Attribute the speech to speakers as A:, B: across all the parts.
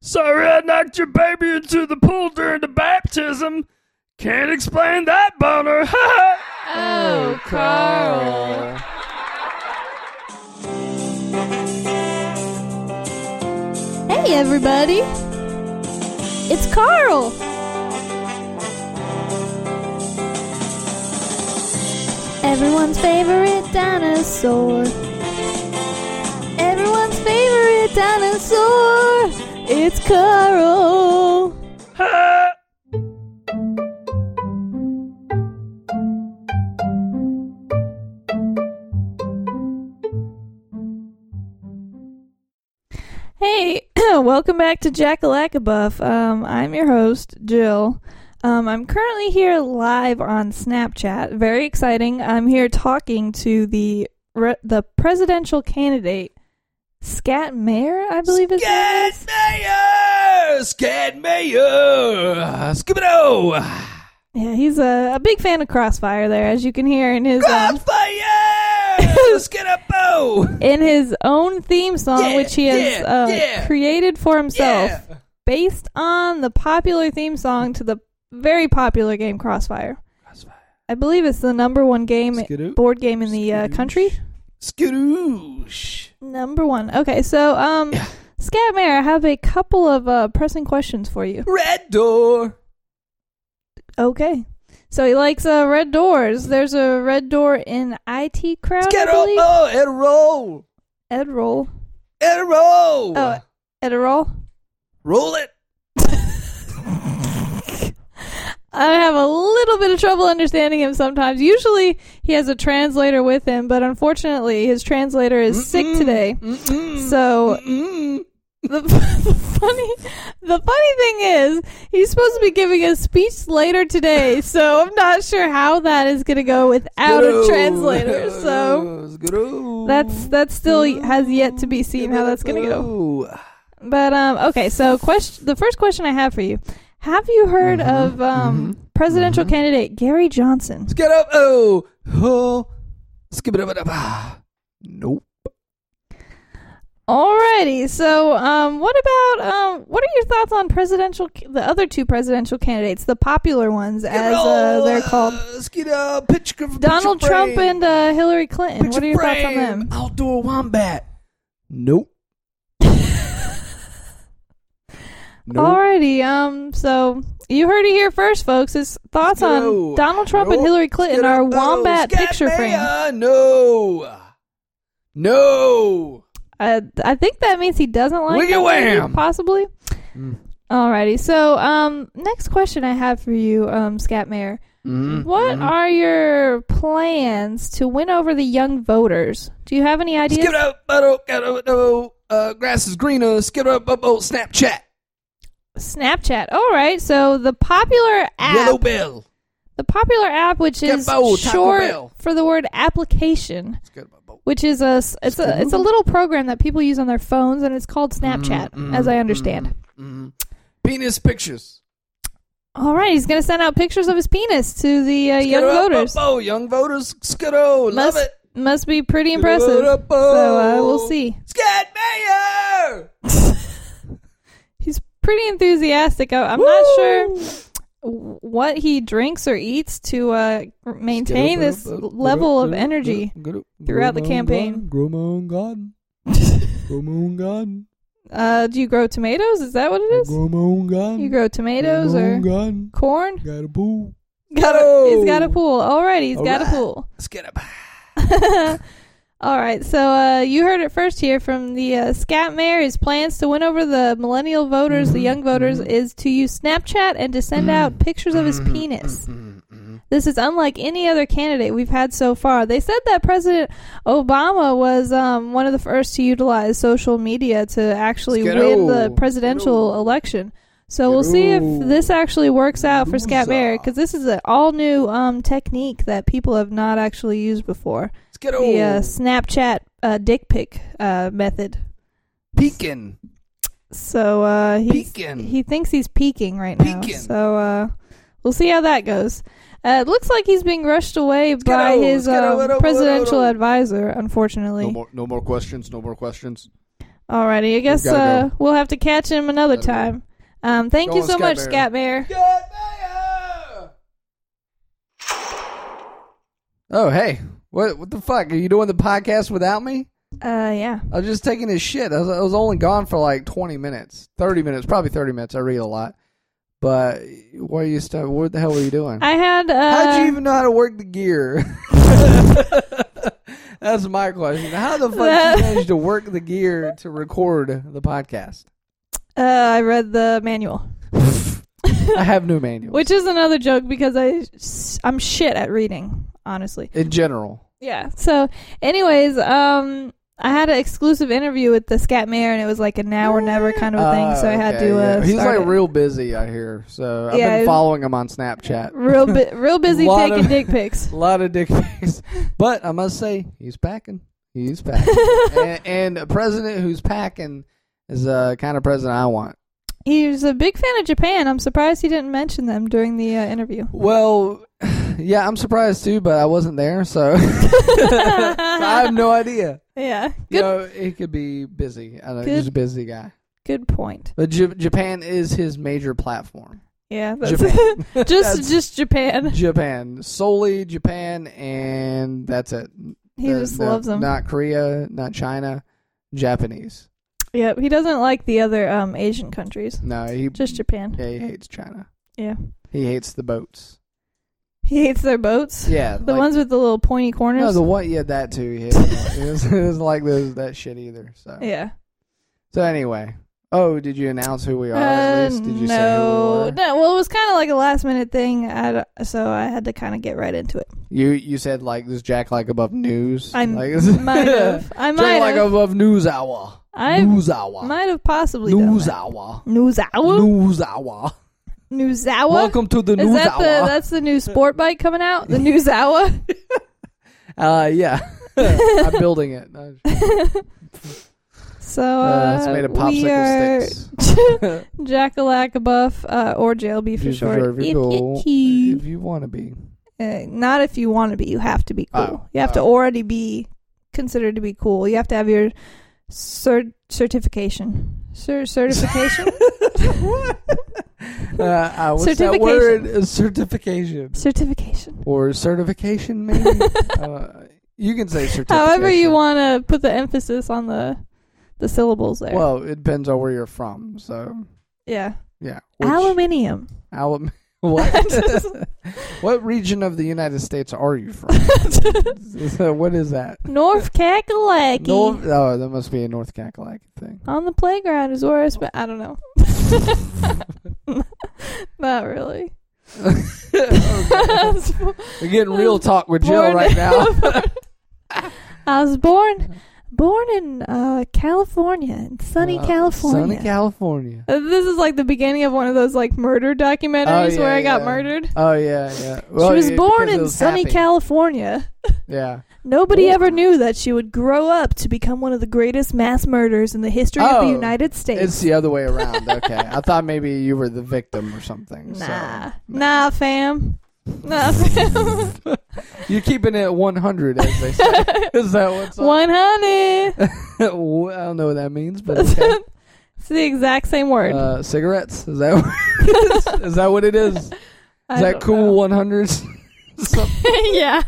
A: Sorry I knocked your baby into the pool during the baptism. Can't explain that boner.
B: Oh, Carl. Hey, everybody. It's Carl. Everyone's favorite dinosaur. Everyone's favorite dinosaur. It's Carl. Hey, welcome back to Jackalacabuff. Um, I'm your host, Jill. Um, I'm currently here live on Snapchat. Very exciting. I'm here talking to the re- the presidential candidate, Scat Mayor, I believe his name is.
A: Mayor! Scat Mayor! Skibido!
B: Yeah, he's a, a big fan of Crossfire. There, as you can hear in his um,
A: Fire! Skidabow!
B: in his own theme song,
A: Yeah,
B: which he has
A: yeah,
B: uh,
A: yeah.
B: created for himself, based on the popular theme song to the very popular game Crossfire. I believe it's the number one game
A: Skidoo?
B: board game in the uh, country.
A: Skidoosh!
B: Number one. Okay, so um, Scatmare, I have a couple of uh, pressing questions for you.
A: Red door!
B: Okay. So he likes uh, red doors. There's a red door in IT crowd. I believe.
A: Skidabow! And roll!
B: Ed roll.
A: And roll!
B: Oh, Ed roll.
A: Roll it!
B: I have a little bit of trouble understanding him sometimes. Usually he has a translator with him, but unfortunately his translator is sick today.
A: Mm-mm.
B: So
A: Mm-mm.
B: the, the funny the funny thing is he's supposed to be giving a speech later today, so I'm not sure how that is going to go without a
A: Skidoo.
B: translator. So
A: Skidoo.
B: that's that still has yet to be seen how that's going to go.
A: Skidoo.
B: But um, okay, so question the first question I have for you: Have you heard of um, presidential candidate Gary Johnson?
A: Skid up. Oh, oh. Skip it up. up, ah. Nope.
B: Alrighty, so um, what about um, what are your thoughts on presidential c- the other two presidential candidates, the popular ones as uh, they're called,
A: Skid up. Pitch, pitch
B: Donald Trump and uh, Hillary Clinton? What are your thoughts on them?
A: Outdoor wombat. Nope. nope.
B: Alrighty, um, so you heard it here first, folks. His thoughts on
A: Skidoo.
B: Donald Trump and
A: Nope.
B: Hillary Clinton
A: Skid
B: are
A: up, oh.
B: wombat
A: Scat
B: picture frame.
A: Maya, No. No.
B: I, I think that means he doesn't like
A: Wiggy
B: them, maybe,
A: wham!
B: possibly.
A: Mm.
B: Alrighty, so um, next question I have for you, um, Scatmayer.
A: Mm.
B: What are your plans to win over the young voters? Do you have any ideas?
A: Skip it up, but oh, got oh, oh, uh, grass is greener. Skip it up, up, oh, Snapchat,
B: Snapchat. All right, so the popular app,
A: Yellow Bell.
B: the popular app, which is
A: Gumbo, Taco
B: short
A: Bell.
B: for the word application,
A: Skip it up, oh.
B: which is a s- it's a it's a little program that people use on their phones, and it's called Snapchat, as I understand.
A: Mm. Penis pictures.
B: All right, he's gonna send out pictures of his penis to the uh,
A: Skip
B: young
A: it up,
B: voters.
A: up, Oh, young voters. Skiddo, love
B: Must
A: it.
B: must be pretty
A: Skip it
B: impressive.
A: up,
B: So uh,
A: oh.
B: we'll see.
A: Scat Mayor.
B: He's pretty enthusiastic. I, I'm not sure what he drinks or eats to uh, maintain this level of energy. throughout the campaign.
A: Grow my own garden. Grow my own garden.
B: Uh, do you grow tomatoes? Is that what it is?
A: Grow my own garden.
B: You grow tomatoes
A: Grow my
B: or
A: own garden.
B: corn?
A: Got a pool.
B: Got a,
A: Go.
B: he's got a pool. Alright, he's got a
A: Alright.
B: pool.
A: Skid up.
B: All right, so uh, you heard it first here from the uh, Scat Mayor. His plans to win over the millennial voters, the young voters, is to use Snapchat and to send out pictures of his
A: Mm-hmm.
B: penis. This is unlike any other candidate we've had so far. They said that President Obama was um, one of the first to utilize social media to actually win
A: Skidoo.
B: the presidential
A: Skidoo.
B: election. So we'll see if
A: Skidoo.
B: this actually works out for Scat
A: Loser.
B: Mayor because this is an all new um, technique that people have not actually used before
A: Skiddo.
B: the uh, Snapchat uh, dick pic uh, method.
A: Peeking.
B: So uh, he's,
A: Peeking.
B: he thinks he's peaking right now.
A: Mm. Peeking.
B: So uh, we'll see how that goes. Uh, it looks like he's being rushed away by
A: Skidoo,
B: his
A: skidoo,
B: um,
A: skidoo,
B: presidential
A: skidoo.
B: advisor, unfortunately.
C: No more, no more questions. No more questions.
B: Alrighty, I guess
A: gotta
B: uh,
A: go.
B: we'll have to catch him another
A: Gotta go.
B: time. Um, thank
A: Go
B: you
A: on,
B: so
A: Scat
B: much,
A: Bear.
B: Scat Bear.
A: Oh hey, what what the fuck? Are you doing the podcast without me?
B: Uh, yeah.
A: I was just taking his shit. I was, I was only gone for like twenty minutes, thirty minutes, probably thirty minutes. I read a lot, but why are you stuck? What the hell were you doing?
B: I had. Uh,
A: How'd you even know how to work the gear? That's my question. How the fuck did you manage to work the gear to record the podcast?
B: uh, I read the manual,
A: I have no manual.
B: which is another joke because I I'm shit at reading, honestly.
A: In general,
B: Yeah. So, anyways, um, I had an exclusive interview with the Scat Mayor, and it was like a now or never kind of a thing. So I had
A: Oh, Ah, okay,
B: to. Uh,
A: yeah. He's
B: start
A: like
B: it.
A: real busy, I hear. So I've
B: Yeah,
A: been
B: it-
A: following him on Snapchat.
B: real, bu- real busy
A: Lot
B: taking
A: of-
B: dick pics.
A: A lot of dick pics, but I must say he's packing. He's packing. and, and a president who's packing is the kind of president I want.
B: He's a big fan of Japan. I'm surprised he didn't mention them during the uh, interview.
A: Well, yeah, I'm surprised too, but I wasn't there, so I have no idea.
B: Yeah. Good.
A: You know, it could be busy. I don't know, he's
B: Good.
A: a busy guy.
B: Good point.
A: But J- Japan is his major platform.
B: Yeah. That's
A: Japan.
B: just,
A: That's
B: just Japan.
A: Japan. Solely Japan, and that's it.
B: He
A: The-
B: just
A: the-
B: loves them.
A: Not Korea, not China, Japanese.
B: Yep. He doesn't like the other um Asian countries.
A: No, he,
B: Just Japan.
A: Mm. yeah, he hates China.
B: Yeah.
A: He hates the boats.
B: He hates their boats.
A: Yeah.
B: The
A: like-
B: ones with the little pointy corners.
A: No, the one, yeah, that too. He hates it. He doesn't- he doesn't like those, that shit either. So.
B: yeah.
A: So anyway, oh, did you announce who we are?
B: Uh,
A: at least? Did you say who we
B: no,
A: were?
B: no. Well, it was kind of like a last minute thing, I d so I had to kind of get right into it.
A: You you said like this Jack like above news.
B: I
A: like,
B: might have. I
A: Jack
B: might
A: like
B: have.
A: above news hour.
B: I
A: news hour.
B: might have possibly
A: news
B: done
A: hour.
B: that. News hour.
A: News hour.
B: News hour.
A: Welcome to the
B: Is
A: news
B: that
A: hour.
B: the that's the new sport bike coming out? The news hour.
A: uh, yeah, I'm building it. Uh,
B: So uh,
A: it's made of
B: we
A: popsicle
B: are
A: sticks.
B: Jackalacabuff uh, or JLB for
A: You
B: short.
A: deserve your
B: It-
A: goal
B: itchy.
A: if you want to be.
B: Uh, not if you want to be. You have to be cool.
A: Oh,
B: you have to
A: oh.
B: already be considered to be cool. You have to have your cert- certification. Cer- certification?
A: Uh, uh, what's that word?
B: Certification.
A: Uh, certification
B: certification.
A: or certification? Maybe uh, you can say certification.
B: However, you want to put the emphasis on the the syllables there.
A: Well, it depends on where you're from. So
B: yeah.
A: yeah,
B: Aluminium.
A: Alum- what? what region of the United States are you from? so what is that?
B: North Kakalaki.
A: North, oh, that must be a North Kakalaki thing.
B: on the playground is where I spent. I don't know. Not really.
A: Oh,
B: I was bo-
A: We're getting real talk with Jill
B: Oh. Born-
A: right now.
B: I was born born in uh, California, in sunny
A: Uh,
B: California.
A: Sunny California.
B: Uh, this is like the beginning of one of those like murder documentaries
A: yeah,
B: where I got
A: yeah.
B: murdered.
A: Oh yeah, yeah. Well,
B: she was
A: yeah,
B: born
A: because it
B: in
A: was
B: sunny
A: happy.
B: California.
A: Yeah.
B: Nobody
A: Oh.
B: ever knew that she would grow up to become one of the greatest mass murders in the history of the
A: Oh,
B: United States.
A: It's the other way around. Okay. I thought maybe you were the victim or something. so-
B: Nah. Nah, fam. Nah, fam.
A: You're keeping it 100, as they say. Is that what's up?
B: 100.
A: Well, I don't know what that means, but okay.
B: It's the exact same word.
A: uh, cigarettes. Is that what it is? Is that what it is? Is
B: I
A: that
B: don't
A: cool
B: know.
A: 100s? Something-
B: yeah.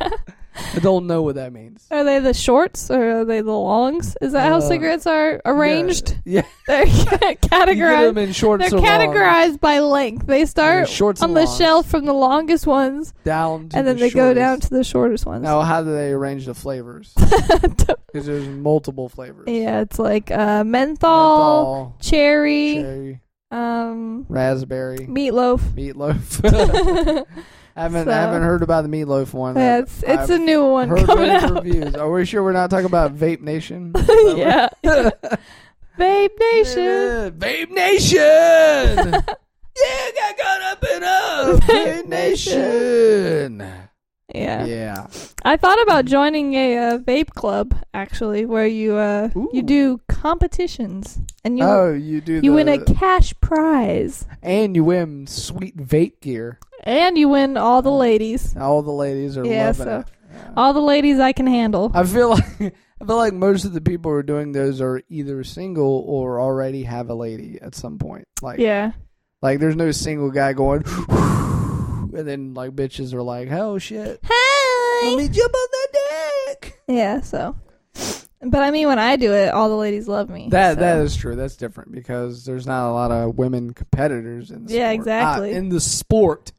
A: I don't know what that means.
B: Are they the shorts or are they the longs? Is that how
A: Uh,
B: cigarettes are arranged?
A: Yeah,
B: They're
A: you get them
B: categorized.
A: in shorts
B: They're
A: or long,
B: categorized by length. They start
A: shorts
B: on
A: and
B: the
A: longs.
B: shelf from the longest ones,
A: down, to
B: and
A: the
B: then they go
A: shortest.
B: down to the shortest ones.
A: Now, how do they arrange the flavors? Because there's multiple flavors.
B: yeah, it's like uh, menthol,
A: Menthol,
B: cherry,
A: cherry,
B: um,
A: raspberry,
B: meatloaf.
A: meatloaf. I haven't
B: So-
A: I haven't heard about the meatloaf one.
B: yeah,
A: I've-
B: it's it's a
A: I've
B: new one
A: heard
B: coming
A: many
B: out.
A: Reviews. Are we sure we're not talking about Vape Nation?
B: yeah. Babe Nation.
A: Yeah, Vape Nation. yeah, got caught up and up.
B: Vape
A: Vape Nation.
B: Yeah.
A: Yeah.
B: I thought about joining a uh, vape club actually where you uh, you
A: Ooh.
B: do competitions and you
A: oh, you do.
B: you
A: the,
B: win a cash prize
A: and you win sweet vape gear.
B: and you win all
A: Oh.
B: the ladies.
A: All the ladies are
B: Yeah,
A: loving
B: so-
A: it. Yeah.
B: All the ladies I can handle.
A: I feel like I feel like most of the people who are doing those are either single or already have a lady at some point. Like,
B: Yeah.
A: like there's no single guy going, and then like bitches are like, "Oh shit, let
B: Hi.
A: me jump on that dick."
B: Yeah. So, but I mean, when I do it, all the ladies love me.
A: That
B: so.
A: that is true. That's different because there's not a lot of women competitors in. The
B: Yeah,
A: sport.
B: exactly.
A: Ah, in the sport,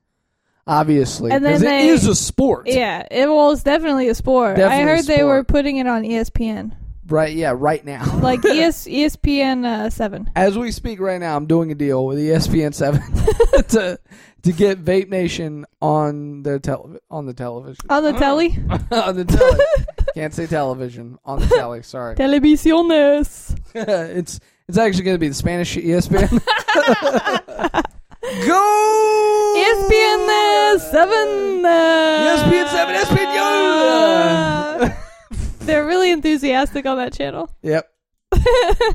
A: obviously,
B: And then
A: because it
B: they-
A: is a sport.
B: Yeah. It well, it's definitely a sport.
A: Definitely
B: I
A: a
B: heard they
A: sport.
B: were putting it on E ESPN,
A: Right. Yeah. Right now.
B: like E ES, ESPN uh, seven.
A: As we speak right now, I'm doing a deal with E ESPN Seven to to get Vape Nation on their tele- on the television
B: On the telly,
A: on the telly. Can't say television on the telly. Sorry,
B: televisiones.
A: it's it's actually going to be the Spanish E ESPN. Go
B: E
A: E
B: ESPN uh, seven. Uh,
A: ESPN seven ESPN.
B: They're really enthusiastic on that channel.
A: yep.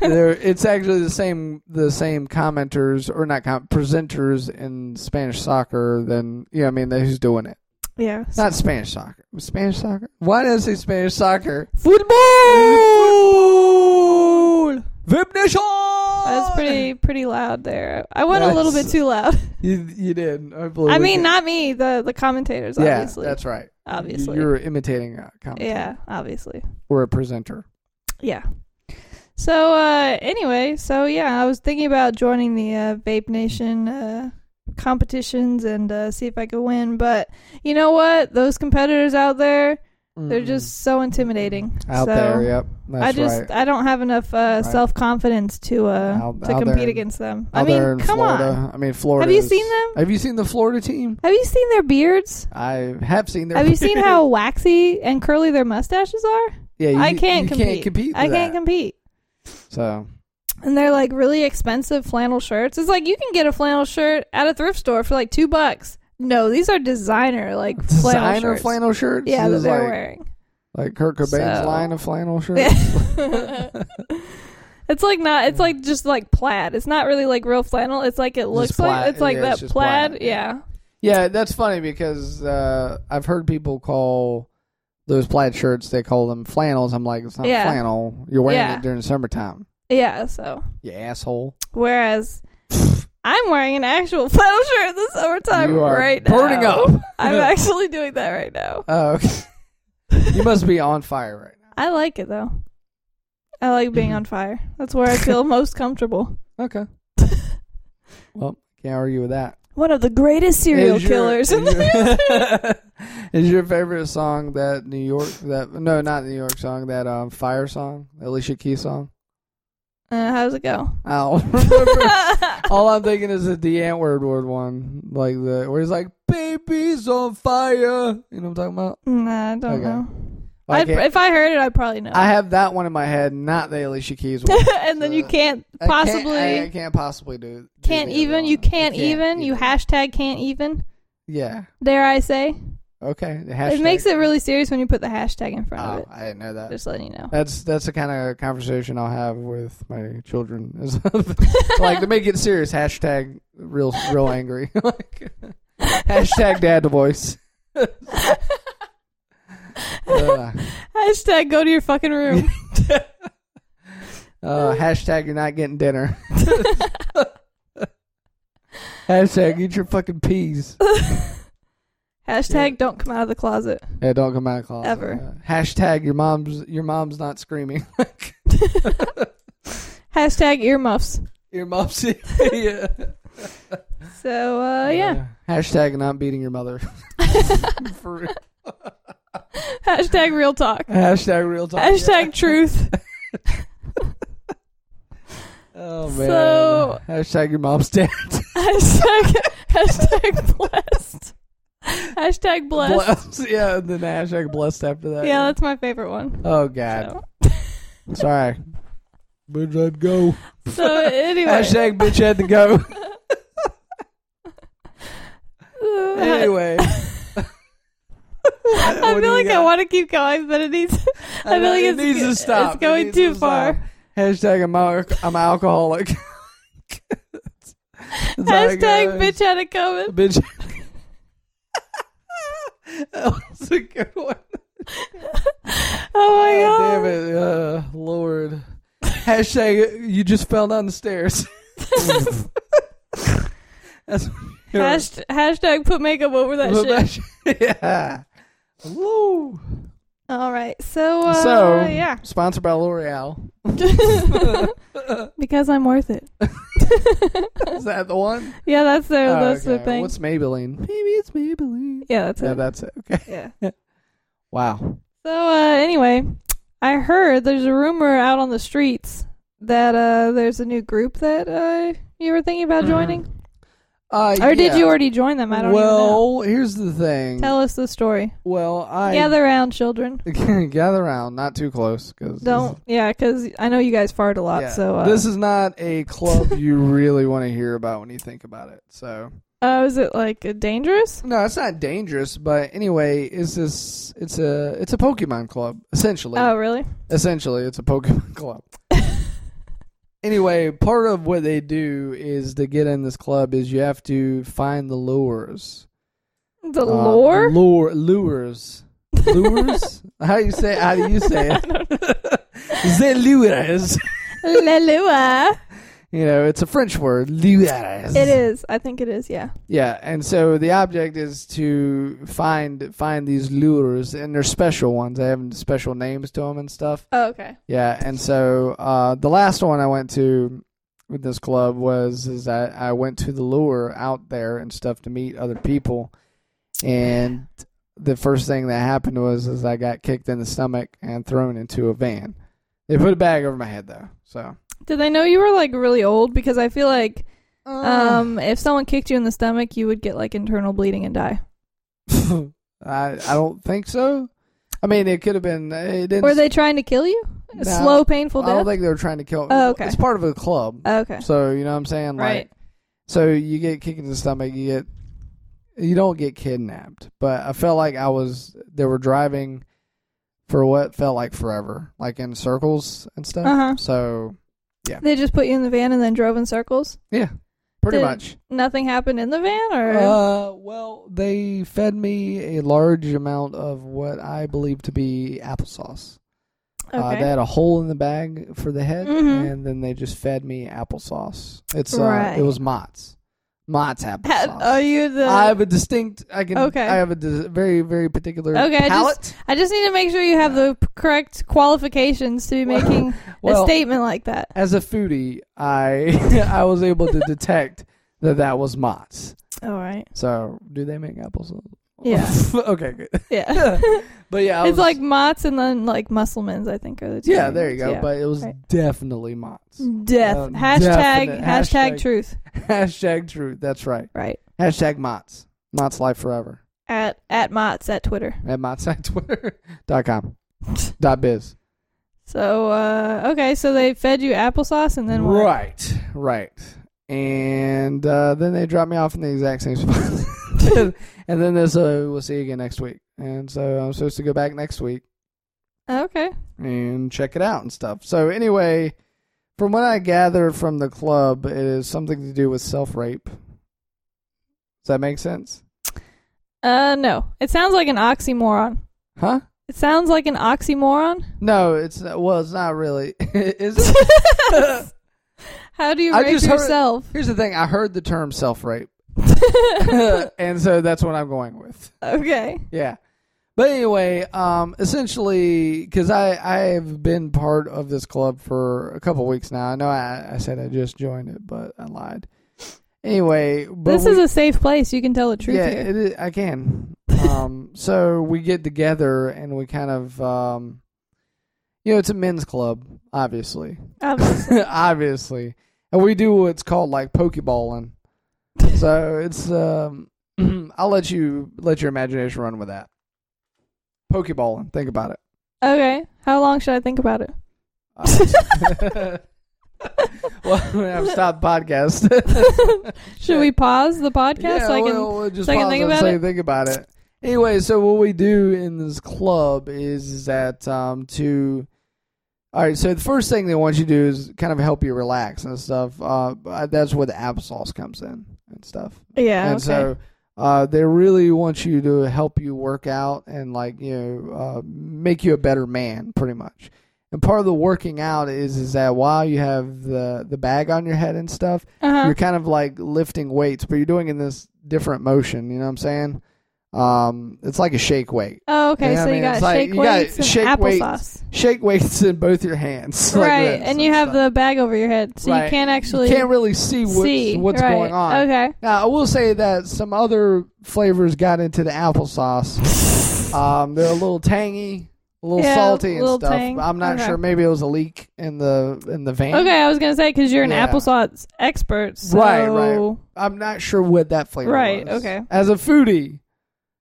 A: They're, it's actually the same the same commenters or not com- presenters in Spanish soccer than yeah I mean they- who's doing it.
B: Yeah. so-
A: Not Spanish soccer. Spanish soccer? Why did I say Spanish soccer?
B: Football.
A: Vip Nation!
B: That was pretty pretty loud there. I went a little bit
A: That's-
B: too loud.
A: You, you did. I, believe
B: I
A: you
B: mean,
A: did.
B: not me. The the commentators,
A: Yeah,
B: obviously.
A: that's right.
B: obviously.
A: You were imitating a commentator
B: yeah, obviously.
A: or a presenter.
B: Yeah. So uh, anyway, so yeah, I was thinking about joining the uh, Vape Nation uh, competitions and uh, see if I could win. But you know what? Those competitors out there, they're
A: Mm.
B: just so intimidating.
A: out
B: so
A: there. Yep, that's
B: I just
A: right.
B: I don't have enough uh, self confidence to uh,
A: Out-
B: to
A: out there
B: compete
A: in-
B: against them.
A: Out
B: I mean,
A: there in
B: come
A: Florida.
B: on.
A: I mean, Florida.
B: Have you
A: is-
B: seen them?
A: Have you seen the Florida team?
B: Have you seen their beards?
A: I have seen their.
B: Have you seen how waxy and curly their mustaches are?
A: yeah, you,
B: I can't
A: you
B: compete.
A: Can't compete with
B: I can't
A: that.
B: compete.
A: So
B: And they're like really expensive flannel shirts. It's like you can get a flannel shirt at a thrift store for like two bucks. No, these are designer like flannel
A: designer
B: shirts.
A: flannel shirts.
B: yeah,
A: This
B: that
A: is
B: they're
A: like,
B: wearing.
A: like Kurt Cobain's
B: So-
A: line of flannel shirts.
B: it's like not. It's like just like plaid. It's not really like real flannel. It's like it looks
A: plaid.
B: like it's like
A: Yeah,
B: that
A: it's just
B: plaid.
A: plaid, yeah.
B: Yeah.
A: Yeah, that's funny because uh, I've heard people call those plaid shirts they call them flannels. I'm like, it's not
B: Yeah.
A: flannel. You're wearing
B: Yeah.
A: it during summertime.
B: yeah, So
A: You asshole.
B: whereas. I'm wearing an actual flannel shirt this summertime
A: You are
B: right
A: burning
B: now.
A: up.
B: I'm actually doing that right now.
A: Oh, okay. you must be on fire right
B: I like it though. I like
A: Mm-hmm.
B: being on fire. That's where I feel most comfortable.
A: now. Okay. Well, can't argue with that.
B: One of the greatest serial
A: Is your-
B: killers.
A: Is your, is your favorite song that New York that no, not New York song that um fire song, Alicia Keys song?
B: uh, how's it go?
A: I don't remember. All I'm thinking is the DeAntword word one, like the where he's like, "Baby's on fire." You know what I'm talking about?
B: nah, Mm, I don't
A: Okay.
B: know.
A: Like,
B: I'd, if I heard it, I'd probably know.
A: I have that one in my head, not the Alicia Keys one.
B: and then you
A: Uh,
B: can't
A: I can't-
B: possibly
A: I I
B: can't,
A: can't, possibly do. do the other
B: even. You
A: one.
B: can't, even. You
A: either.
B: hashtag can't even.
A: Yeah.
B: Dare I say?
A: Okay. The
B: It
A: hashtag-
B: makes it really serious when you put the hashtag in front of
A: Oh,
B: it.
A: I didn't know that.
B: Just letting you know.
A: That's that's the kind of conversation I'll have with my children. Is like to make it serious. Hashtag real real angry. like, hashtag dad voice. Ugh.
B: Hashtag go to your fucking room.
A: Uh, hashtag you're not getting dinner. hashtag eat your fucking peas.
B: hashtag don't come out of the closet.
A: Yeah, don't come out of the closet.
B: Ever.
A: Uh, hashtag your mom's your mom's not screaming.
B: Hashtag earmuffs.
A: your mom's yeah.
B: So uh, yeah.
A: Hashtag not beating your mother. For real.
B: Hashtag real talk.
A: Hashtag real talk.
B: Hashtag truth.
A: Oh man.
B: So-
A: Hashtag your mom's dead.
B: Hashtag hashtag blessed. Hashtag blessed.
A: Blessed. Yeah, and then hashtag blessed after that.
B: Yeah, that's my favorite one.
A: Oh god.
B: So,
A: Sorry. Bitch had to go.
B: so anyway,
A: Hashtag bitch had to go.
B: Uh,
A: anyway.
B: I feel like I want to keep going, but it needs. I feel like
A: it
B: it's
A: needs
B: go-
A: to stop.
B: it's
A: It
B: going
A: needs
B: too
A: to stop.
B: far.
A: Hashtag I'm, al- I'm alcoholic. It's- it's how it
B: Hashtag
A: goes.
B: bitch had it coming.
A: bitch. that was a good one.
B: Oh my
A: God
B: god!
A: damn it! Uh, Hashtag you just fell down the stairs. That's
B: Hasht- hashtag put makeup over that shit.
A: yeah. Woo.
B: All right. So, uh,
A: So-
B: yeah.
A: Sponsored by L'Oreal.
B: because I'm worth it.
A: Is that the one?
B: Yeah, that's their
A: Oh,
B: that's their
A: okay.
B: thing.
A: What's Maybelline? Maybe it's Maybelline.
B: yeah, that's
A: Yeah,
B: it.
A: that's it. Okay.
B: yeah.
A: Wow.
B: So uh, anyway, I heard there's a rumor out on the streets that uh, there's a new group that uh, you were thinking about
A: Mhm.
B: joining,
A: Uh,
B: or did
A: yeah.
B: you already join them? I don't even know.
A: well, here's the thing.
B: Tell us the story.
A: well, I
B: Gather round, children.
A: gather around, not too close, because
B: Don't yeah, because I know you guys fart a lot. So uh,
A: this is not a club you really want to hear about when you think about it. So
B: uh, is it like uh, dangerous?
A: no, it's not dangerous, but anyway, it's this. It's a it's a Pokemon club essentially.
B: Oh really?
A: Essentially, it's a Pokemon club. anyway, part of what they do is to get in this club is you have to find the lures.
B: The
A: Uh,
B: lore?
A: Lure lures. Lures? how do you say how do you say it? The lures.
B: La lua.
A: You know, it's a French word, lures.
B: It is. I think it is. Yeah.
A: Yeah, and so the object is to find find these lures, and they're special ones. They have special names to them and stuff.
B: Oh, okay.
A: Yeah, and so uh, the last one I went to with this club was is that I went to the lure out there and stuff to meet other people, and the first thing that happened was is I got kicked in the stomach and thrown into a van. They put a bag over my head though, so
B: Did they know you were like really old? Because I feel like um, if someone kicked you in the stomach, you would get like internal bleeding and die.
A: I I don't think so. I mean, it could have been. It didn't.
B: Were they trying to kill you? A
A: No,
B: Slow, painful
A: I don't
B: death.
A: think they were trying to kill.
B: Oh, okay.
A: It's part of a club,
B: okay.
A: so you know what I'm saying. Like,
B: Right.
A: So you get kicked in the stomach. You get you don't get kidnapped, but I felt like I was. They were driving for what felt like forever, like in circles and stuff.
B: Uh-huh.
A: So
B: They just put you in the van and then drove in circles.
A: yeah, pretty
B: Did-
A: much.
B: Nothing happened in the van, or
A: Uh, well, they fed me a large amount of what I believe to be applesauce. Uh,
B: okay.
A: they had a hole in the bag for the head,
B: Mhm.
A: and then they just fed me applesauce. It's uh,
B: Right.
A: it was Mott's, Mott's applesauce.
B: Had- are you the?
A: I have a distinct. I can.
B: Okay.
A: I have a dis- very very particular
B: Okay, I
A: palate.
B: I just need to make sure you have the p- correct qualifications to be
A: Well-
B: making
A: well,
B: a statement like that.
A: as a foodie, I I was able to detect that that was Mott's.
B: All right.
A: So do they make applesauce?
B: Yeah.
A: okay. Good.
B: Yeah.
A: But yeah, I
B: it's
A: was-
B: like Mott's and then like Musselman's, I think, are the two.
A: yeah. There you go.
B: names, yeah.
A: But it was
B: Right. Mm.
A: definitely Mott's.
B: Death.
A: Um,
B: hashtag,
A: definite-
B: hashtag
A: hashtag-
B: truth.
A: Hashtag truth. That's right.
B: Right.
A: Hashtag Mott's. Mott's life forever.
B: At at Mott's at Twitter.
A: at mottsidetwitter.com dot biz.
B: So uh okay, so they fed you applesauce and then what?
A: right, right, and uh, then they dropped me off in the exact same spot. and then there's uh, we'll see you again next week, and so I'm supposed to go back next week
B: Okay.
A: and check it out and stuff. So anyway, from what I gathered from the club, it is something to do with self rape. Does that make sense?
B: Uh no. It sounds like an oxymoron.
A: Huh?
B: It sounds like an oxymoron.
A: No, it's well, it's not really. is it?
B: How do you
A: I
B: rape
A: just heard-
B: yourself?
A: Here's the thing. I heard the term self rape. and so that's what I'm going with.
B: okay.
A: Yeah. But anyway, um, essentially, because I, I have been part of this club for a couple weeks now. I know I, I said I just joined it, but I lied. Anyway, but
B: This
A: we-
B: is a safe place. You can tell the truth
A: yeah,
B: here.
A: it is, I can. um, so we get together and we kind of, um, you know, it's a men's club, obviously,
B: Obviously.
A: obviously, and we do what's called like pokeballing. So it's um, I'll let you let your imagination run with that. Pokeballing. Think about it.
B: okay. How long should I think about it?
A: Uh, well, I've stopped podcast.
B: Should we pause the podcast so I can
A: well, we'll just
B: so I can
A: pause
B: think
A: and
B: about
A: say,
B: it?
A: think about it. Anyway, so what we do in this club is that um, to all right. So the first thing they want you to do is kind of help you relax and stuff. Uh, but that's where the applesauce comes in and stuff.
B: Yeah.
A: and
B: okay.
A: so uh, they really want you to help you work out and like you know uh, make you a better man, pretty much. And part of the working out is is that while you have the the bag on your head and stuff,
B: Uh-huh.
A: you're kind of like lifting weights, but you're doing it in this different motion. You know what I'm saying? Um, it's like a shake weight.
B: Oh, okay.
A: Yeah, I
B: so
A: mean,
B: you got
A: it's like-
B: shake
A: you got
B: weights and
A: shake weights,
B: applesauce.
A: Shake weights in both your hands, like
B: right.
A: this
B: And you have the bag over your head. So
A: Right.
B: you can't
A: stuff.
B: actually
A: you can't really see what's,
B: see
A: what's
B: right.
A: going on.
B: Okay.
A: Now I will say that some other flavors got into the applesauce. um, they're a little tangy, a little
B: Yeah,
A: salty, and
B: little
A: stuff.
B: tang.
A: I'm not
B: Okay.
A: sure. Maybe it was a leak in the in the van.
B: Okay, I was gonna say because you're an
A: Yeah.
B: applesauce expert. So
A: Right, right. I'm not sure what that flavor
B: Right,
A: was.
B: okay. Mm-hmm.
A: As a foodie,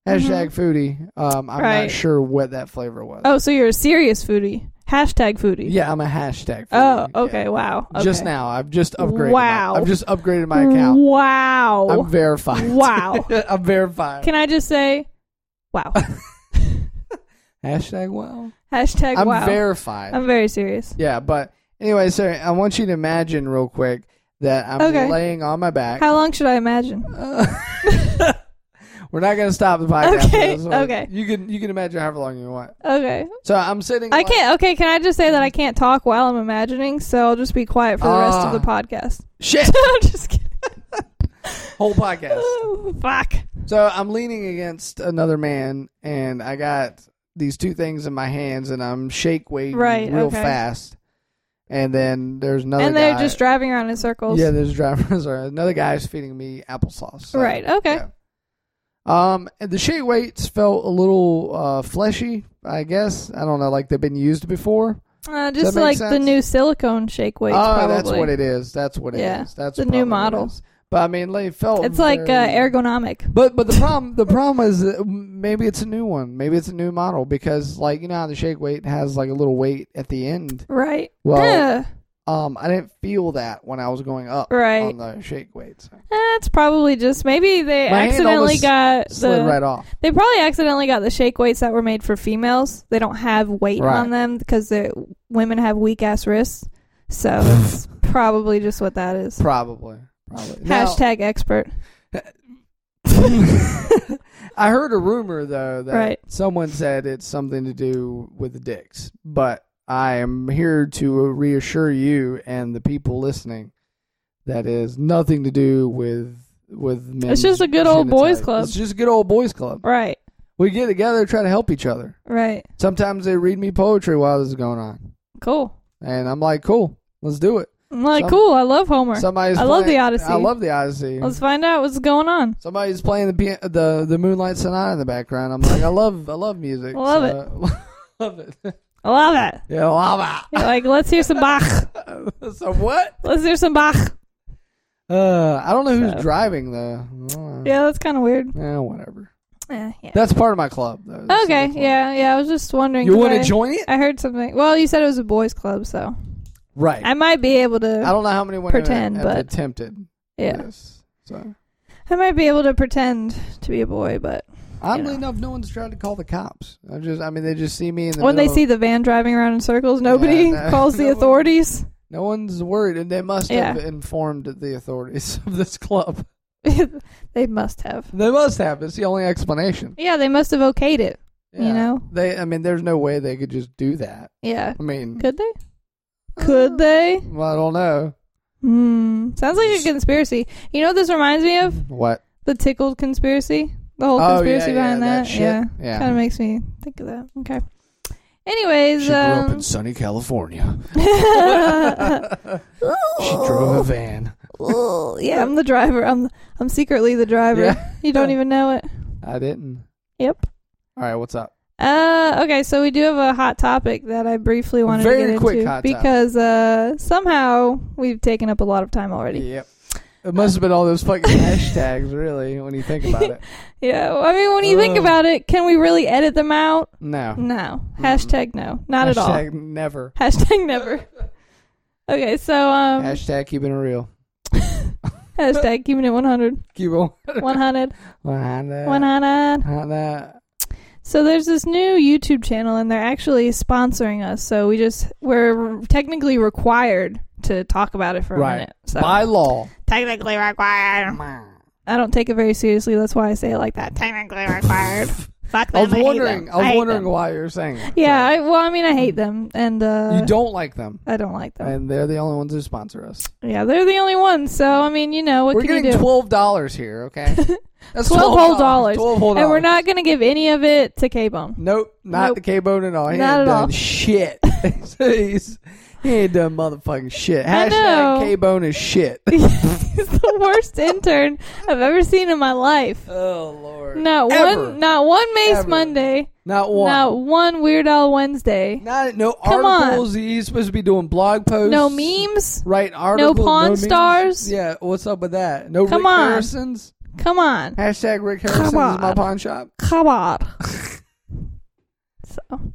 A: hashtag foodie, um, I'm
B: Right.
A: not sure what that flavor was.
B: Oh, so you're a serious foodie. Hashtag foodie.
A: Yeah, I'm a hashtag
B: Oh,
A: foodie.
B: okay.
A: Yeah.
B: Wow. Okay.
A: Just now. I've just upgraded.
B: Wow.
A: My, I've just upgraded my account. I'm
B: Wow.
A: verified.
B: Wow.
A: I'm verified.
B: Can I just say, wow.
A: hashtag wow.
B: Hashtag
A: I'm
B: wow.
A: verified.
B: I'm very serious.
A: yeah, but anyway, so I want you to imagine real quick that I'm
B: Okay.
A: laying on my back.
B: How long should I imagine?
A: Uh, We're not going to stop the podcast.
B: Okay,
A: This is what-
B: okay.
A: You can you can imagine however long you want.
B: Okay.
A: So I'm sitting.
B: I
A: like-
B: can't. Okay. Can I just say that I can't talk while I'm imagining? So I'll just be quiet for the rest of
A: Ah.
B: the podcast.
A: Shit.
B: I'm just kidding.
A: Whole podcast.
B: Fuck.
A: So I'm leaning against another man, and I got these two things in my hands, and I'm shake weighting
B: Right,
A: real
B: okay.
A: fast. And then there's another.
B: and they're
A: guy-
B: just driving around in circles.
A: Yeah, there's drivers. Or another guy's feeding me applesauce. So,
B: right. Okay.
A: yeah. Um, and the shake weights felt a little uh, fleshy, I guess. I don't know, like they've been used before.
B: Uh, just
A: that make
B: like the
A: sense?
B: new silicone shake weights.
A: oh,
B: probably.
A: that's what it is. That's what it is.
B: Yeah,
A: That's
B: the
A: probably what it
B: new model.
A: is. But I mean, they felt.
B: It's like uh,
A: very-
B: ergonomic.
A: But but the problem the problem is that maybe it's a new one. Maybe it's a new model because like you know how the shake weight has like a little weight at the end.
B: Right.
A: Well,
B: Yeah.
A: um, I didn't feel that when I was going up
B: Right.
A: on the shake weight. So.
B: That's Eh, probably just maybe they
A: My hand
B: accidentally
A: almost
B: got
A: Slid
B: the
A: right off.
B: they probably accidentally got the shake weights that were made for females. They don't have weight
A: Right.
B: on them because the women have weak ass wrists. So it's probably just what that is.
A: Probably. Probably.
B: Hashtag expert.
A: Now, I heard a rumor though that
B: Right.
A: someone said it's something to do with the dicks, but I am here to reassure you and the people listening that is nothing to do with with men.
B: It's just a good old boys club.
A: It's just a good old boys club.
B: Right.
A: We get together, try to help each other.
B: Right.
A: Sometimes they read me poetry while this is going on,
B: Cool.
A: and I'm like, "Cool, let's do it."
B: I'm like,
A: Some-
B: cool, I love Homer.
A: Somebody's
B: I love
A: playing-
B: the Odyssey.
A: I love the Odyssey.
B: Let's find out what's going on.
A: Somebody's playing the pian- the the Moonlight Sonata in the background. I'm like, I love I love music.
B: Love
A: so- love it.
B: I love that.
A: Yeah, love
B: You're like, let's hear some Bach.
A: it. so what?
B: Let's hear some Bach.
A: Uh, I don't know who's
B: So-
A: driving though. Uh,
B: Yeah, that's kind of weird.
A: eh, whatever.
B: Eh, yeah.
A: That's part of my club though. That's
B: Okay,
A: another club.
B: yeah, yeah. I was just wondering.
A: You
B: 'cause
A: want
B: I-
A: to join it?
B: I heard something. Well, you said it was a boys' club, so
A: Right.
B: I might be able
A: I
B: to.
A: don't know how many women
B: Pretend,
A: have,
B: but-
A: have attempted
B: Yeah,
A: this. So
B: I might be able to pretend to be a boy, but
A: oddly
B: Yeah.
A: enough, no one's tried to call the cops. I am just I mean, they just see me in the
B: when they
A: middle of-
B: see the van driving around in circles, nobody
A: no-
B: calls the
A: no one-
B: authorities.
A: no one's worried, and they must have
B: Yeah.
A: informed the authorities of this club.
B: they must have.
A: They must have. It's the only explanation.
B: Yeah, they must have okayed it. You know?
A: they. I mean, there's no way they could just do that.
B: Yeah,
A: I mean,
B: could they?
A: Oh.
B: Could they?
A: well, I don't know
B: Hmm. Sounds like a conspiracy. You know what this reminds me of?
A: what.
B: The tickled conspiracy. The
A: Oh,
B: whole conspiracy behind that.
A: shit.
B: Yeah.
A: yeah.
B: Kind of makes me think of that. Okay. Anyways, um,
A: sunny California. van.
B: Oh, yeah, I'm the driver. I'm I'm secretly the driver.
A: Yeah.
B: You don't even know it.
A: I didn't.
B: Yep.
A: All right, what's up?
B: Uh, okay, so we do have a hot topic that I briefly wanted
A: Very
B: to get
A: quick
B: into
A: hot topic.
B: because uh, somehow we've taken up a lot of time already.
A: Yep. It must have been all those fucking hashtags, really, when you think about it.
B: Yeah, well, I mean, when you think
A: Ugh.
B: about it, can we really edit them out?
A: No.
B: No.
A: Mm-mm.
B: Hashtag no. Not at all.
A: Hashtag never.
B: Hashtag never. Okay, so um,
A: Hashtag keeping it real.
B: hashtag keeping it 100.
A: Keep on.
B: 100.
A: Wahana.
B: 100.
A: Wahana.
B: So there's this new YouTube channel, and they're actually sponsoring us. So we just we're technically required to talk about it for a
A: Right.
B: minute. So
A: By law.
B: technically required. I don't take it very seriously. That's why I say it like that. Technically required. Fuck
A: I
B: them.
A: was
B: hate
A: wondering.
B: them.
A: I was
B: hate
A: wondering
B: them.
A: why you're saying that.
B: Yeah. I, well, I mean, I hate them, and uh,
A: you don't like them,
B: I don't like them.
A: and they're the only ones who sponsor us.
B: yeah, they're the only ones. So I mean, you know what
A: We're
B: can you
A: getting
B: do?
A: twelve dollars here. Okay, that's
B: Twelve whole dollars.
A: Twelve whole dollars,
B: and we're not gonna give any of it to K Bone.
A: Nope, not
B: Nope.
A: the K Bone at all. He
B: Not
A: ain't
B: at
A: done
B: all.
A: shit. He's, he ain't done motherfucking shit.
B: I
A: Hashtag
B: know.
A: K Bone is shit.
B: He's the worst intern I've ever seen in my life.
A: oh lord,
B: Not
A: Ever.
B: one. Not one Mace
A: Ever.
B: Monday.
A: not one.
B: Not one Weird Al Wednesday.
A: Not no
B: Come on.
A: articles. He's supposed to be doing blog posts.
B: No memes.
A: Right articles.
B: Pawn
A: memes.
B: Stars.
A: Yeah, what's up with that? No
B: Come
A: Rick
B: on.
A: Harrisons.
B: Come on.
A: Hashtag Rick Harrison is my
B: on.
A: pawn shop.
B: Come on. so,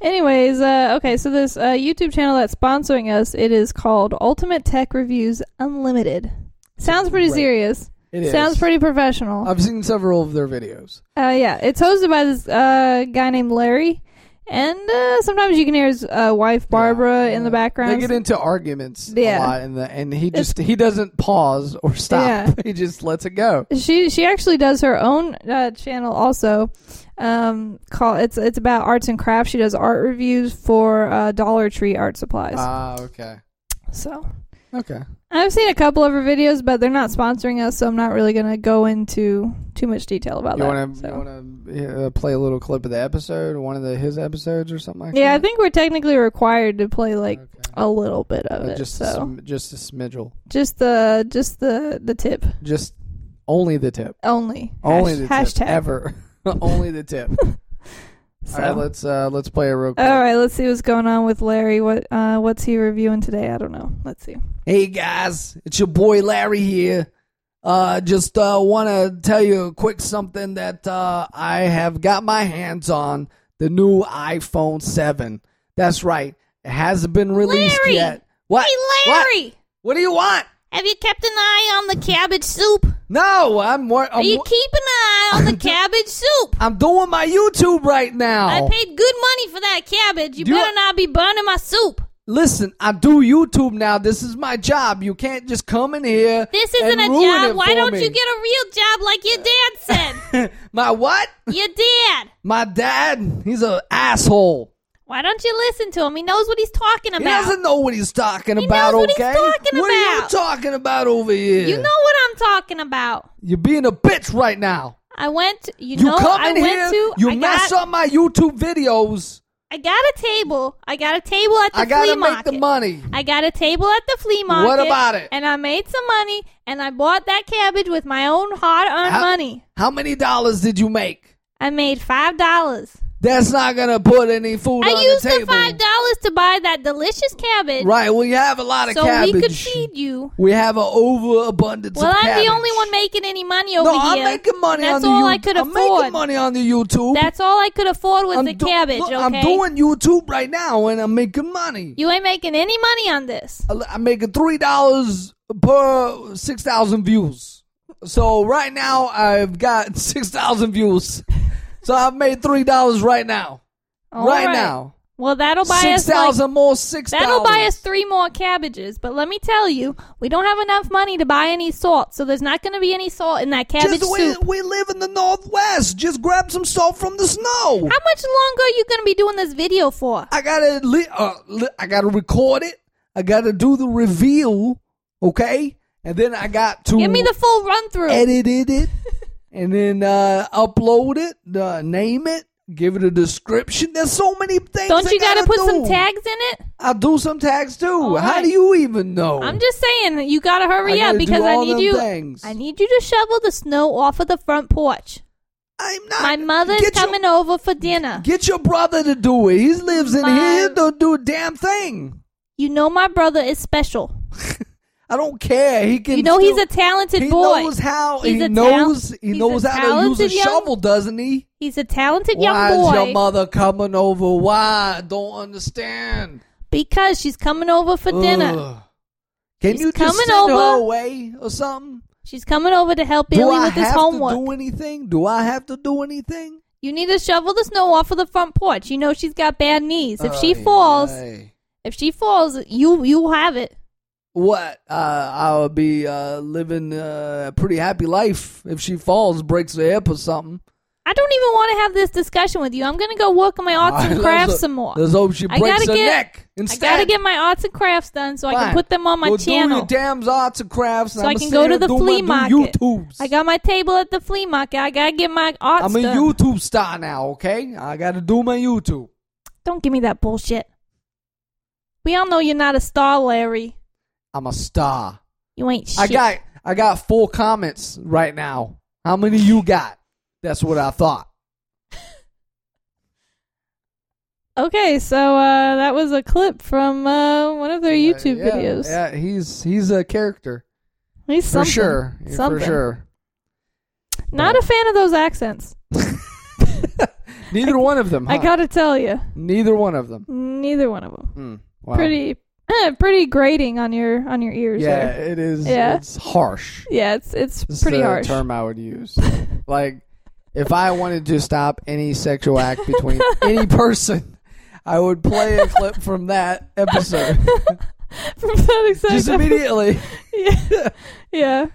B: anyways, uh, okay. So this uh, YouTube channel that's sponsoring us, it is called Ultimate Tech Reviews Unlimited. Sounds pretty
A: Right.
B: serious.
A: It is. Oh,
B: Sounds pretty professional.
A: I've seen several of their videos.
B: Uh, yeah, it's hosted by this uh, guy named Larry, and uh, sometimes you can hear his uh, wife Barbara
A: Yeah.
B: in the
A: They
B: background.
A: get into arguments
B: Yeah.
A: a lot, and the, and he just he doesn't pause or stop.
B: Yeah.
A: He just lets it go.
B: she she actually does her own uh, channel also. Um, call it's it's about arts and crafts. She does art reviews for uh, Dollar Tree art supplies.
A: Ah, okay,
B: so
A: okay.
B: I've seen a couple of her videos, but they're not sponsoring us, so I'm not really gonna go into too much detail about
A: You
B: that.
A: want to
B: so.
A: you want to uh, play a little clip of the episode, one of the his episodes or something like
B: yeah, I
A: that.
B: think we're technically required to play like
A: okay.
B: a little bit of
A: Uh,
B: it.
A: just
B: so
A: a sm- just a smidgel,
B: just the just the the tip
A: just only the tip,
B: only.
A: only
B: Hash-
A: the
B: hashtag
A: tip ever, only the tip. All
B: So.
A: right, let's uh let's play a real quick.
B: All right, let's see what's going on with Larry. What uh, what's he reviewing today? I don't know. Let's see.
A: Hey guys, it's your boy Larry here. Uh, just uh, want to tell you a quick something that uh, I have got my hands on the new iPhone 7. That's right, it hasn't been released
D: Larry!
A: yet. What?
D: Hey,
A: What?
D: Larry,
A: What do you want?
D: have you kept an eye on the cabbage soup?
A: No, I'm wor-
D: Are
A: I'm,
D: you keeping an eye on the cabbage soup?
A: I'm doing my YouTube right now.
D: I paid good money for that cabbage. You
A: Oh. Do you-
D: better not be burning my soup.
A: Listen, I do YouTube now. This is my job. You can't just come in here.
D: This
A: and
D: isn't a
A: ruin
D: job.
A: it
D: Why
A: for
D: don't
A: me.
D: you get a real job like your dad said?
A: my what?
D: your dad.
A: My dad? He's an asshole.
D: Why don't you listen to him? He knows what he's talking
A: He
D: about.
A: doesn't know what he's talking about,
D: knows what he's
A: okay?
D: talking
A: What are you
D: about.
A: talking about over here?
D: You know what I'm talking about.
A: You're being a bitch right now.
D: I went. To, you,
A: You
D: know,
A: come
D: I
A: in
D: went
A: here,
D: to.
A: you
D: I
A: mess
D: got,
A: up my YouTube videos.
D: I got a table. I got a table at the
A: I gotta
D: flea
A: make
D: market.
A: the money.
D: I got a table at the flea market.
A: What about it?
D: And I made some money, and I bought that cabbage with my own hard-earned
A: How-
D: money.
A: How many dollars did you make?
D: I made five dollars.
A: That's not gonna put any food
D: I
A: on
D: used
A: the
D: the,
A: table.
D: five dollars to buy that delicious cabbage,
A: Right, we have a lot of
D: so
A: cabbage.
D: we could feed you.
A: We have an overabundance
D: well,
A: of
D: I'm
A: cabbage.
D: the only one making any money over
A: No, I'm
D: here.
A: making money
D: That's
A: on the
D: all
A: YouTube.
D: I could
A: I'm making
D: afford.
A: money on the YouTube.
D: That's all I could afford was
A: I'm
D: the
A: do-
D: cabbage.
A: Look,
D: okay,
A: I'm doing YouTube right now, and I'm making money.
D: you ain't making any money on this.
A: I'm making three dollars per six thousand views. So right now I've got six thousand views. So I've made three dollars right now.
B: All
A: right, now,
D: Well, that'll buy
A: six
D: us like,
A: thousand more. Six thousand.
D: That'll buy us three more cabbages, but let me tell you, we don't have enough money to buy any salt, so there's not going to be any salt in that cabbage
A: Just we,
D: soup.
A: we live in the northwest. Just grab some salt from the snow.
D: How much longer are you going to be doing this video for?
A: I gotta li- uh, li- I gotta record it. I gotta do the reveal. Okay, and then I got to
D: Give me the full run through.
A: edited it, and then uh, upload it, uh, name it, give it a description. There's so many things.
D: Don't
A: I
D: you got to put
A: do.
D: some tags in it?
A: I do some tags too.
D: All
A: How
D: right.
A: do you even know?
D: I'm just saying, that you got to
A: I
D: hurry
A: gotta
D: up
A: do
D: because I
A: all
D: need
A: them
D: you.
A: things.
D: I need you to shovel the snow off of the front porch.
A: I'm not.
D: My mother's
A: get your-
D: coming over for dinner.
A: Get your brother to do it. He lives in
D: My-
A: here. Don't do a damn thing.
D: You know my brother is special.
A: I don't care. He can.
D: You know he's
A: still-
D: a talented
A: he
D: boy.
A: knows how.
D: He's
A: he
D: a tal-
A: knows. he
D: he's
A: knows
D: a
A: how to use a
D: talented young-
A: shovel, doesn't he?
D: He's a talented
A: Why
D: young boy.
A: is your mother coming over? Why? I don't understand.
D: Because she's coming over for dinner.
A: Ugh. Can
D: She's
A: you just
D: coming
A: send her
D: over.
A: away or something?
D: She's coming over to help
A: do
D: Billy
A: I
D: with his
A: have
D: homework.
A: to do anything? Do I have to do anything?
D: you need to shovel the snow off of the front porch. You know she's got bad knees. If she
A: Ay,
D: falls,
A: ay.
D: if she falls, you you have it.
A: what? Uh, I'll be uh, living uh, a pretty happy life if she falls, breaks her hip or something.
D: I don't even want to have this discussion with you. I'm going to go work on my arts
A: I
D: and
A: love
D: crafts
A: the-
D: some more.
A: Let's hope she
D: I
A: breaks
D: gotta
A: her
D: get-
A: neck
D: I
A: instead.
D: got to get my arts and crafts done so I
A: Fine.
D: can put them on my
A: Go Do
D: channel.
A: your damn arts and crafts.
D: So I can go to the flea market.
A: YouTube's.
D: I got my table at the flea market. I got to get my arts
A: I'm a
D: done.
A: YouTube star now, okay? I gotta do my YouTube.
D: Don't give me that bullshit. We all know you're not a star, Larry.
A: I'm a star.
D: You ain't shit.
A: I got I got four comments right now. How many you got? That's what I thought.
B: Okay, so uh, that was a clip from uh, one of their YouTube
A: Yeah,
B: videos.
A: Yeah, he's he's a character
B: He's
A: for
B: something.
A: sure. For
B: Something.
A: sure.
B: Not a fan of those accents.
A: Neither one of them.
B: I
A: huh?
B: gotta tell you,
A: Neither one of them.
B: neither one of them.
A: Mm, wow.
B: Pretty, eh, pretty grating on your on your ears.
A: Yeah,
B: there.
A: it is.
B: Yeah.
A: It's harsh.
B: yeah. It's it's
A: It's
B: pretty
A: the
B: harsh.
A: term I would use. like, if I wanted to stop any sexual act between any person, I would play a clip from that episode
B: From that exact
A: just immediately.
B: Yeah.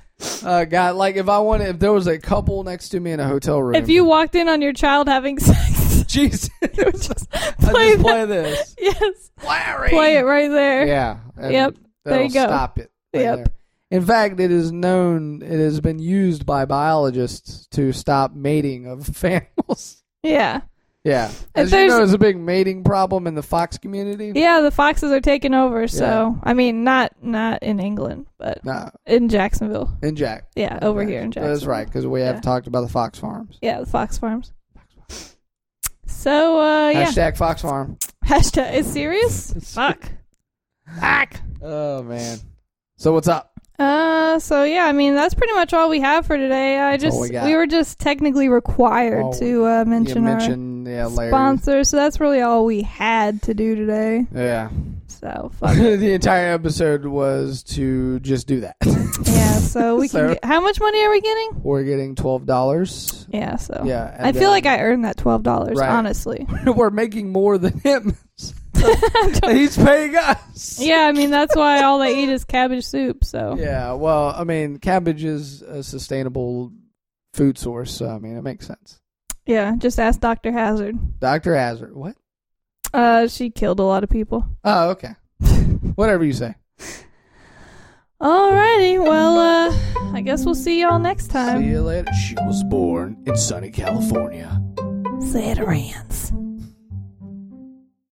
A: Uh, God, like if I wanted, if there was a couple next to me in a hotel room,
B: If you walked in on your child having sex,
A: Jesus,
B: you would just
A: I
B: play
A: just
B: that.
A: play this.
B: yes,
A: Larry,
B: play it right there.
A: Yeah. and
B: Yep, there
A: that'll
B: you go.
A: Stop it.
B: Yep.
A: there. In fact, it is known. It has been used by biologists to stop mating of animals.
B: Yeah.
A: Yeah.
B: If
A: As you know,
B: there's-
A: there's a big mating problem in the fox community.
B: Yeah, the foxes are taking over. So
A: Yeah.
B: I mean, not not in England, but
A: No,
B: in Jacksonville.
A: in Jack.
B: Yeah, over here in Jacksonville.
A: That's right, because we have
B: Yeah.
A: talked about the fox farms.
B: Yeah, the fox farms. So uh, yeah,
A: Hashtag fox farm.
B: hashtag is serious. Fuck. Fuck.
A: Oh, man. So what's up?
B: Uh, so yeah, I mean that's pretty much all we have for today. I
A: That's all
B: just
A: we
B: we,
A: got.
B: were just technically required
A: Well,
B: to uh, mention
A: you
B: our
A: mentioned, yeah, Larry.
B: sponsor, so that's really all we had to do today.
A: Yeah.
B: So fuck. it.
A: the entire episode was to just do that.
B: yeah, so we can.
A: So-
B: Get, how much money are we getting?
A: We're getting $12.
B: Yeah, so
A: Yeah.
B: I
A: and
B: feel like
A: then
B: I earned that twelve dollars.
A: Right.
B: Honestly,
A: we're making more than him. He's paying us.
B: yeah. I mean, that's why all they eat is cabbage soup. So
A: Yeah, well, I mean, cabbage is a sustainable food source, so I mean, it makes sense.
B: yeah, just ask Doctor Hazard.
A: Dr. Hazard, what?
B: Uh, she killed a lot of people.
A: Oh, okay. Whatever you say.
B: Alrighty, well, uh, I guess we'll see y'all next time.
A: See you later. She was born in sunny California.
B: Sederans.